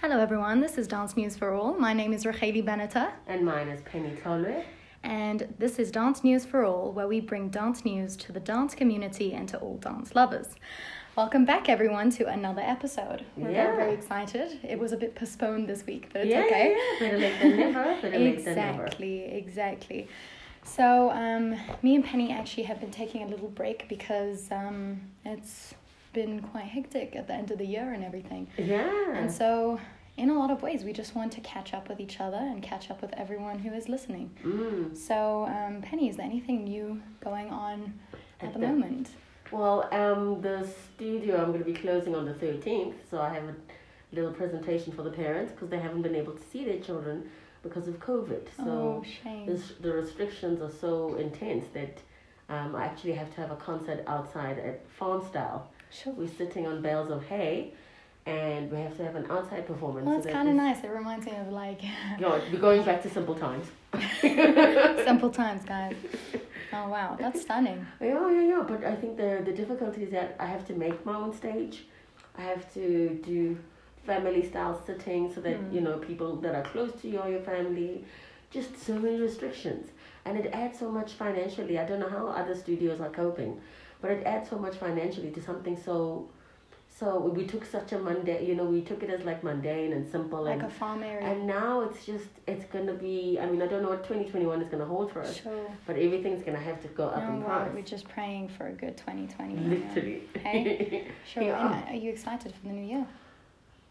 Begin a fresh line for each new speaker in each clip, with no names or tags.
Hello, everyone. This is Dance News for All. My name is Racheli Benata,
And mine is Penny Tolu.
and this is Dance News for All, where we bring dance news to the dance community and to all dance lovers. Welcome back, everyone, to another episode. We're very,
Yeah.
very excited. It was a bit postponed this week, but it's
yeah,
okay.
yeah, better late than never. Better late than never.
exactly, exactly. So, um, me and Penny actually have been taking a little break because um, it's been quite hectic at the end of the year and everything.
Yeah.
And so, in a lot of ways, we just want to catch up with each other and catch up with everyone who is listening.
Mm.
So, um, Penny, is there anything new going on at
At
the
the-
moment?
Well, um, the studio I'm going to be closing on the 13th, so I have a little presentation for the parents because they haven't been able to see their children because of COVID.
oh,
So
shame.
this, the restrictions are so intense that um, I actually have to have a concert outside at Farm Style.
Sure.
We're sitting on bales of hay, and we have to have an outside performance.
Well,
so
it's
that
kind of
is-
nice. It reminds me of like
Yeah, we're going back to simple times.
simple times, guys. Oh, wow. That's stunning.
Yeah, yeah, yeah. But I think the the difficulty is that I have to make my own stage. I have to do family style sitting so that
Hmm.
you know people that are close to you or your family. Just so many restrictions, and it adds so much financially. I don't know how other studios are coping, but it adds so much financially to something so. So we we took such a mundane, you know, we took it as like mundane and simple,
Like a
and
farm area.
and now it's just it's gonna be. I mean, I don't know what twenty twenty one is gonna hold for us,
Sure.
but everything's gonna have to go up
No,
in
well,
price.
we're just praying for a good 2020. you know.
Literally.
Hey? Sure.
Yeah.
And are you excited for the new year?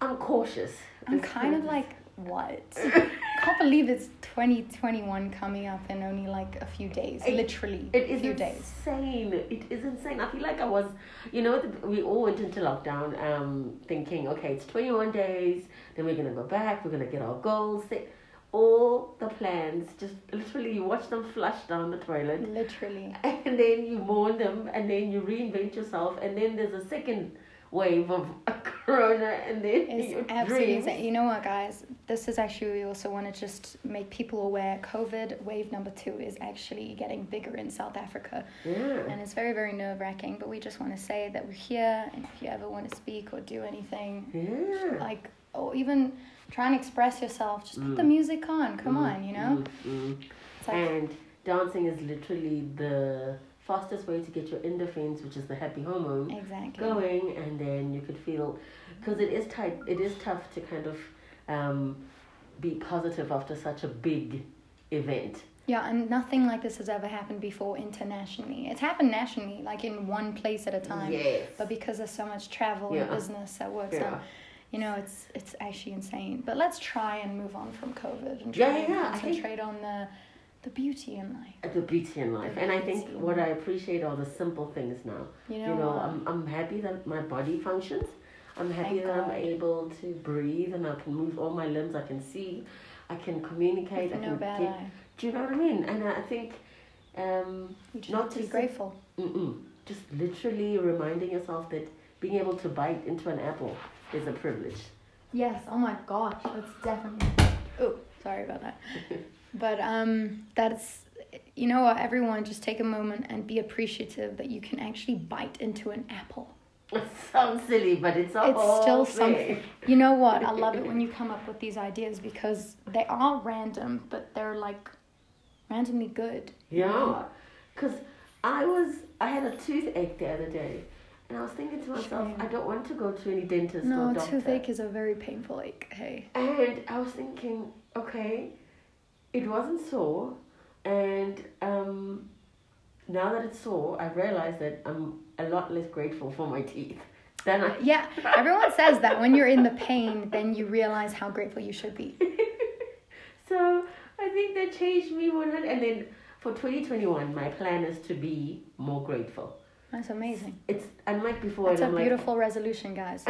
I'm cautious.
I'm
It's
kind of
good.
like, what? Can't believe it's 2021 coming up in only like a few days,
It-
literally
It is
a few
insane.
days.
It is insane. I feel like I was, you know, th- we all went into lockdown um, thinking, okay, it's 21 days, then we're going to go back, we're going to get our goals. set. All the plans, just literally you watch them flush down the toilet
Literally.
and then you mourn them and then you reinvent yourself and then there's a second wave of corona and then your
It's absolutely
dreams.
insane. You know what, guys? This is actually, we also want to just make people aware COVID wave number two is actually getting bigger in South Africa.
Yeah.
And it's very, very nerve wracking, but we just want to say that we're here. And if you ever want to speak or do anything,
Yeah.
like, or even try and express yourself, just put the music on. Come on, you know?
Mm, mm.
It's like,
And dancing is literally the fastest way to get your endorphins, which is the happy hormone,
exactly.
going, and then you could feel, because it is tight, it is tough to kind of um, be positive after such a big event.
Yeah, and nothing like this has ever happened before internationally. It's happened nationally, like in one place at a time.
Yes.
But because there's so much travel and
Yeah.
business that works
Yeah.
out, you know, it's it's actually insane. But let's try and move on from COVID and
Yeah,
try
yeah,
and
yeah, I think-
concentrate on the the beauty in life.
The beauty in life, and I think
Beauty.
what I appreciate are the simple things now.
You know,
You know,
uh,
I'm, I'm happy that my body functions. I'm happy
Thank
that I'm
God.
able to breathe and I can move all my limbs. I can see, I can communicate. I
no
can
bad
get-
eye.
Do you know what I mean? And I think, um,
We just
not
have to
to
be
say-
grateful.
mm-mm, just literally reminding yourself that being able to bite into an apple is a privilege.
Yes. Oh my gosh, that's definitely. Oh, sorry about that. but um, that's you know what? Everyone, just take a moment and be appreciative that you can actually bite into an apple.
It sounds silly, but it's a
It's
whole
still
thing.
something. You know what? I love it when you come up with these ideas because they are random, but they're like randomly good. Mm-hmm.
Yeah, because I was I had a toothache the other day, and I was thinking to myself,
Shame.
I don't want to go to any dentist
No,
or doctor.
toothache is a very painful ache. Hey.
And I was thinking, okay, it wasn't sore, and um, now that it's sore, I realize that I'm a lot less grateful for my teeth than I.
Yeah, everyone says that when you're in the pain, then you realize how grateful you should be.
So I think that changed me 100. And then for 2021, my plan is to be more grateful.
That's amazing.
It's unlike before,
That's a
and I'm like,
beautiful resolution, guys.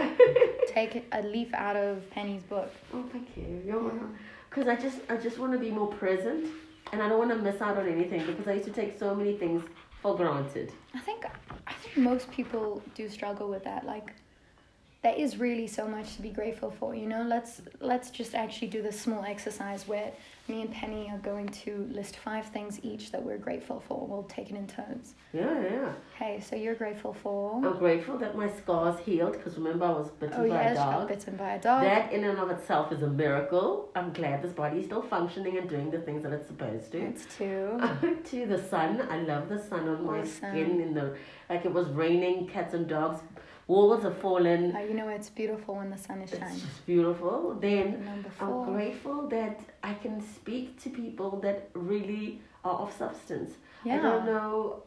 Take a leaf out of Penny's book.
oh, thank you, because I just I just want to be more present, and I don't want to miss out on anything because I used to take so many things for granted.
I think I think most people do struggle with that. Like there is really so much to be grateful for you know let's let's just actually do this small exercise where me and penny are going to list five things each that we're grateful for we'll take it in turns
Yeah, yeah.
okay so you're grateful for
I'm grateful that my scars healed because remember I was bitten
oh
by
yeah
a
she got
dog.
bitten by a dog
That in and of itself is a miracle. I'm glad this body is still functioning and doing the things that it's supposed to.
that's two
to the sun. I love the sun on my
Awesome.
skin in the like it was raining, cats and dogs, walls are fallen.
Uh, you know it's beautiful when the sun is
It's
shining
just beautiful. Then
number
I'm
four
grateful that I can speak to people that really are of substance. I don't
yeah
know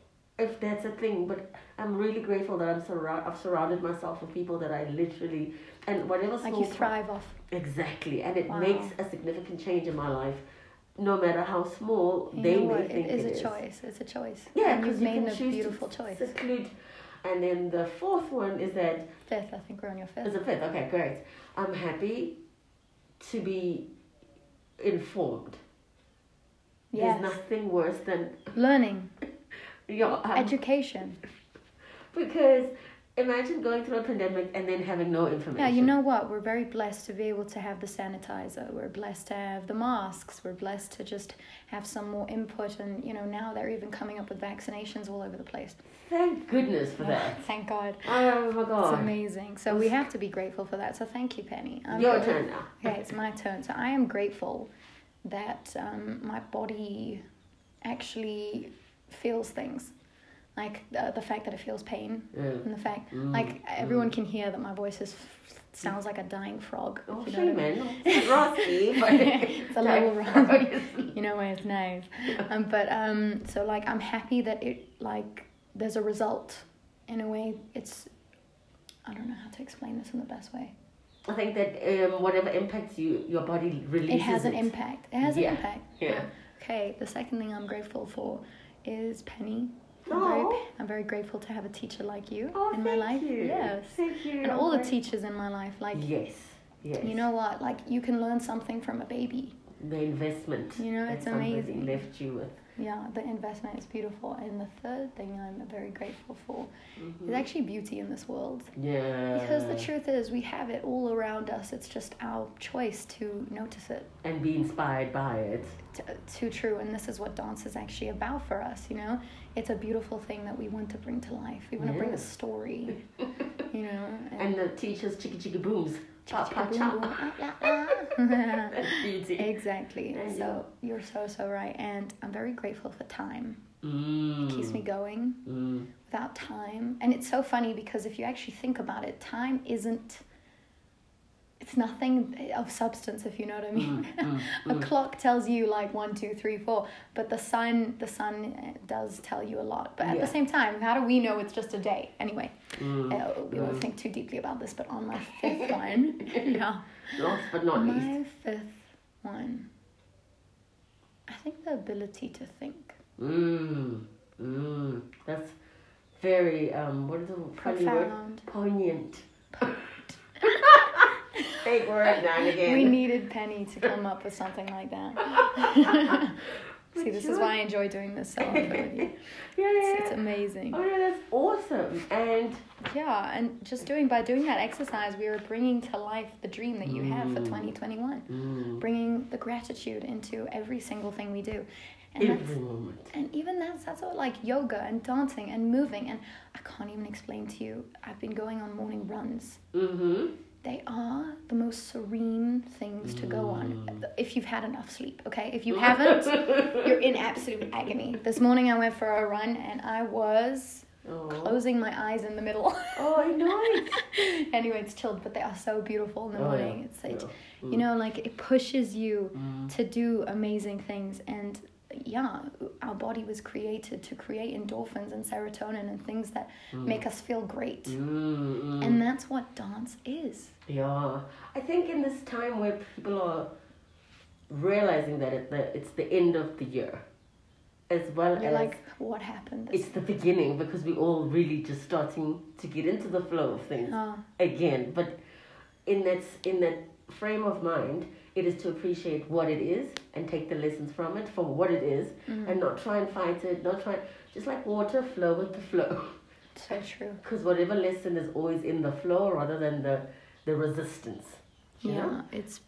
if that's a thing, but I'm really grateful that I'm surround I've surrounded myself with people that I literally and whatever
like
small
you
pro-
thrive off
exactly, and it
Wow.
makes a significant change in my life. No matter how small
you
they
know
may
what
think
it is a
it
choice it's a choice
Yeah,
and
because
you've
you
made
can
a
choose to
beautiful choice
seclude. And then the fourth one is that
fifth i think we're on your
is
fifth
a fifth. Okay, great. I'm happy to be informed.
yes
There's nothing worse than
learning
you know, um,
education
because imagine going through a pandemic and then having no information.
Yeah, you know what? We're very blessed to be able to have the sanitizer. We're blessed to have the masks. We're blessed to just have some more input. And, you know, now they're even coming up with vaccinations all over the place.
Thank goodness for that.
Thank God.
Oh my
It's
god.
amazing. So we have to be grateful for that. So thank you, Penny. I'm
Your
grateful-
turn now.
Okay, it's my turn. So I am grateful that um, my body actually feels things. Like uh, the fact that it feels pain
Yeah.
and the fact,
Mm,
like, everyone can hear that my voice is, sounds like a dying frog.
Oh,
if you know what I
shame,
mean.
man. It's rusty, but
It's a little
Like,
you know where it's nice. Um, but um, so like I'm happy that it like there's a result. In a way, it's I don't know how to explain this in the best way.
I think that um, whatever impacts you, your body releases.
It has an impact. It has
Yeah.
an impact.
Yeah.
Okay. The second thing I'm grateful for is Penny. I'm very,
Oh,
I'm very grateful to have a teacher like you
oh
in
thank
my life.
you.
Yes.
Thank you.
And all the
I'm
teachers in my life, like
Yes. Yes.
you know what, like you can learn something from a baby.
the investment.
You know,
that
it's
somebody
amazing.
Left you with.
Yeah, the investment is beautiful. And the third thing I'm very grateful for
Mhm.
is actually beauty in this world.
Yeah.
Mm-hmm. Because the truth is, we have it all around us. It's just our choice to notice it.
and be inspired by it.
T- too true. And this is what dance is actually about for us, you know? It's a beautiful thing that we want to bring to life. We want to bring a
Yes.
story, you know?
And the teachers chicky chicky booms. Pa pa
Chicka-chicka,
cha.
boom, boom, ah, ah, ah.
That's beauty.
exactly.
There you
So you're so, so right. And I'm very grateful for time.
Mm.
Keeps me going.
Mm.
without time. And it's so funny because if you actually think about it, time isn't it's nothing of substance if you know what I mean.
mm,
a clock tells you like one, two, three, four, but the sun the sun eh, does tell you a lot. But at the
Yeah.
same time, how do we know it's just a day? Anyway,
Mm.
uh, we won't think too deeply about this. But on my fifth one, yeah,
Last but not least.
my fifth one, I think the ability to think.
Mm. Mm. That's very um. What is the funny word?
Profound.
Poignant. Big word now and again.
We needed Penny to come up with something like that. See, this is why I enjoy doing this so often with you.
yeah,
It's,
yeah.
it's
yeah.
amazing.
Oh no, that's awesome. And
Yeah, and just doing by doing that exercise, we are bringing to life the dream that you have for
Mm.
2021,
mm,
bringing the gratitude into every single thing we do. And
every
that's,
moment.
and even that's that's all like yoga and dancing and moving and I can't even explain to you. I've been going on morning runs.
Mm-hmm.
They are the most serene things to go on if you've had enough sleep, okay? If you haven't, you're in absolute agony. This morning I went for a run and I was
Oh.
closing my eyes in the middle.
oh, I know it.
anyway, it's chilled, but they are so beautiful in the
Oh, yeah.
morning. It's like,
Yeah.
you know, like it pushes you
Mm.
to do amazing things. And yeah, our body was created to create endorphins and serotonin and things that make us feel great.
Mm, mm.
And that's what dance is.
Yeah, I think in this time where people are realizing that it, that it's the end of the year, as well
You're
as
like, what happened? This
it's the beginning because we all really just starting to get into the flow of things
oh,
again. But in that s- in that frame of mind, it is to appreciate what it is and take the lessons from it Mm-hmm. for what it is, and not try and fight it. Not try just like water flow with the flow.
So true.
Because whatever lesson is always in the flow rather than the, the resistance. you
Yeah,
know?
it's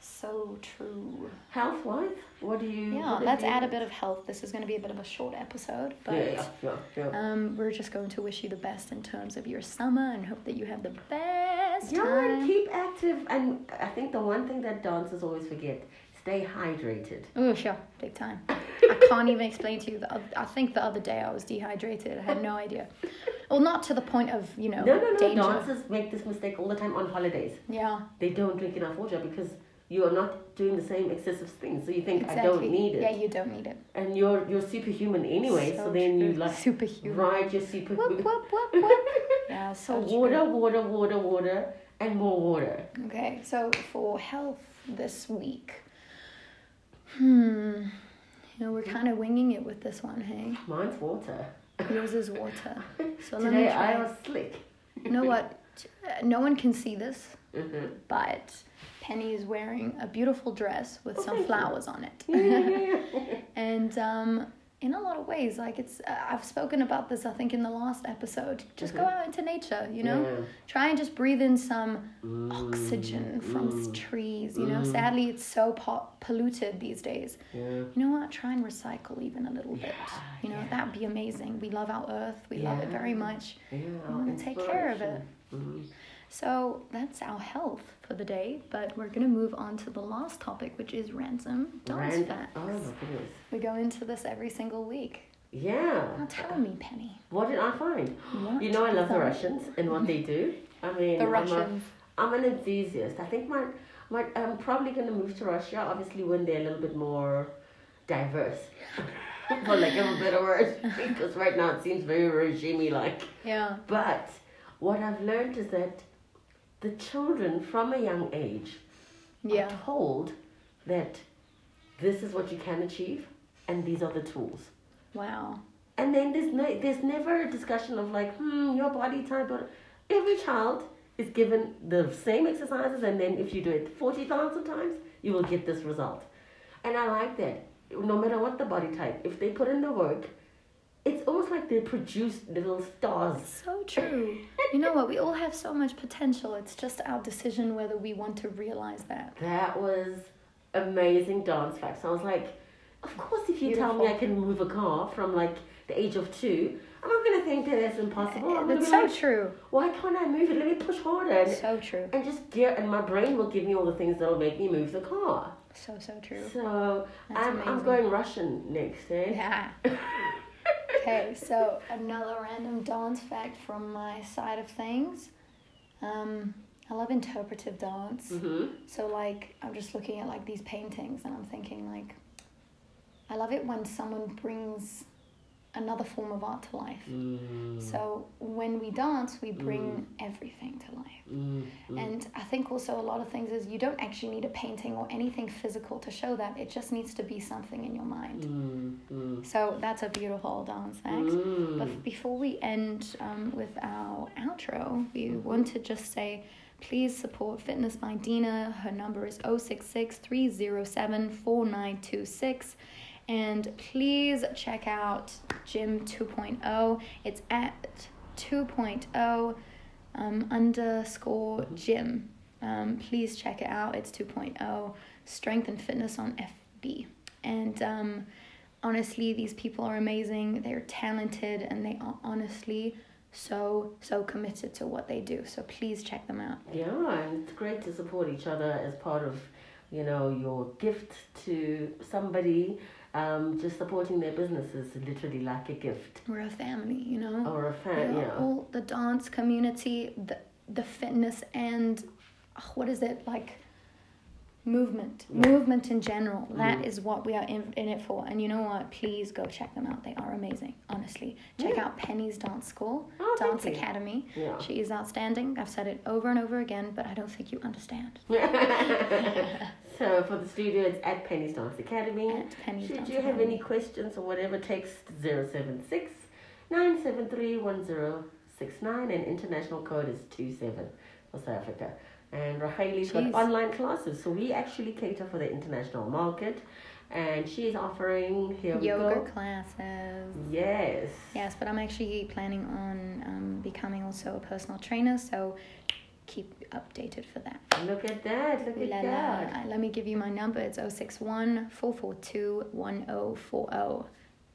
so true.
Health wise, what do you.
Yeah,
what did
let's
you-
add a bit of health. This is going to be a bit of a short episode, but
Yeah, yeah, yeah, yeah.
um, we're just going to wish you the best in terms of your summer and hope that you have the best
Yeah, and
time.
keep active. And I think the one thing that dancers always forget stay hydrated.
Oh, sure, big time. I can't even explain to you. The, oth- I think the other day I was dehydrated. I had no idea. Well, not to the point of, you know,
No, no, no.
Oh, danger.
Dancers make this mistake all the time on holidays.
Yeah,
They don't drink enough water because you are not doing the same excessive things. So you think,
exactly.
I don't need it.
Yeah, you don't need it.
And you're, you're superhuman anyway. So, then you
true.
like
Superhuman.
ride your super.
Whoop, whoop, whoop, whoop. yeah, so
So
true.
water, water, water, water, and more water.
Okay, so for health this week, hmm, you know, we're kind of winging it with this one, hey?
Mine's water.
Yours is water. So let me
Today
try.
I was slick.
You know what? Uh, No one can see this,
Mm-hmm.
but Penny is wearing a beautiful dress with
Oh,
some
thank you.
flowers on it. and um, in a lot of ways, like it's, uh, I've spoken about this, I think, in the last episode. Just go
Mhm.
out into nature, you know? Try and just breathe in some oxygen from s-
mm,
trees. You know,
mm.
sadly, it's so po- polluted these days.
yeah.
You know what? Try and recycle even a little bit.
Yeah,
You know,
yeah.
that'd be amazing. We love our earth. We love it very
Yeah. Oh,
much.
Yeah,
wanna take care of it.
inspiration.
So that's our health for the day. But we're gonna move on to the last topic, which is ransom
Mm.
dance
Ran-
facts.
oh my goodness.
We go into this every single week. Now
Yeah.
tell me, Penny.
What did I find?
what
You know I love the
the-
Russians and what they do. I mean,
The
I'm a-
Russians.
I'm an enthusiast. I think my, my I'm probably going to move to Russia, obviously when they're a little bit more diverse, for lack of a better word, because right now it seems very regime like.
Yeah.
But what I've learned is that the children from a young age
Yeah.
are told that this is what you can achieve and these are the tools.
Wow.
And then there's no, there's never a discussion of like, hmm, your body type. Or, every child is given the same exercises, and then if you do it forty thousand times, you will get this result. And I like that. No matter what the body type, if they put in the work, it's almost like they produce little stars.
So true. You know what? We all have so much potential. It's just our decision whether we want to realize that.
That was amazing dance facts. I was like, of course, if you tell me I
Beautiful.
can move a car from like the age of two, I'm not gonna think that that's impossible. I'm gonna
Eh, That's
be
so
like,
true.
why can't I move it? Let me push harder. And
So true.
and just gear and my brain will give me all the things that'll make me move the car
So, so true.
so
That's
I'm, I'm
amazing.
going russian next eh?
Yeah. Okay, so another random dance fact from my side of things. Um, I love interpretive dance.
hmm
So, like, I'm just looking at like these paintings and I'm thinking, like, I love it when someone brings another form of art to life.
Mm.
So, when we dance, we bring everything to life.
Mm-hmm. Mm.
And I think also a lot of things is you don't actually need a painting or anything physical to show that. It just needs to be something in your mind.
Mm-hmm.
So that's a beautiful dance act.
Mm.
But before we end um, with our outro, we want to just say please support Fitness by Dina. Her number is 066 307 4926. And please check out Gym 2.0. It's at 2.0 um, underscore gym. Um, please check it out. It's 2.0 strength and fitness on FB. And um, honestly, these people are amazing. They're talented and they are honestly so, so committed to what they do. So please check them out.
yeah and it's great to support each other as part of you know your gift to somebody um, just supporting their business is literally like a gift
We're a family, you know?
or a fan
We are
Oh, yeah
All the dance community, the, the fitness, and ah, what is it like? Movement,
Yeah.
movement in general. That
Mhm.
is what we are in, in it for. And you know what? Please go check them out. They are amazing, honestly. Check
Yeah.
out Penny's Dance School,
Oh, thank
Dance
you.
Academy.
yeah
She is outstanding. I've said it over and over again, but I don't think you understand.
so for the studio it's at penny's dance academy
At Penny's
Should
Dance
you have
Academy.
any questions or whatever, text 076 973 1069 and international code is 27 for South Africa. And Raheli's got
Jeez.
online classes, so we actually cater for the international market. and she's offering here we
yoga
go.
classes.
Yes.
Yes, but I'm actually planning on um, becoming also a personal trainer, so keep updated for that.
Look at that. Look
Ooh la
at
la.
that.
Uh, Let me give you my number. It's 061 442 1040.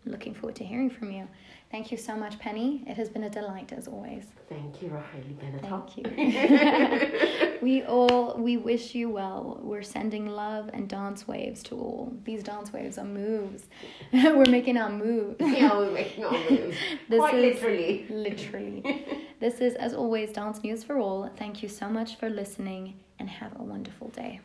Looking forward to hearing from you. Thank you so much, Penny. It has been a delight as always.
Thank you, Raheli Benetop.
Thank you. we all we wish you well. We're sending love and dance waves to all. These dance waves are moves. We're making our moves.
yeah, we're making our moves.
This
Quite
is-
literally.
Literally. this is as always Dance News for All. Thank you so much for listening and have a wonderful day.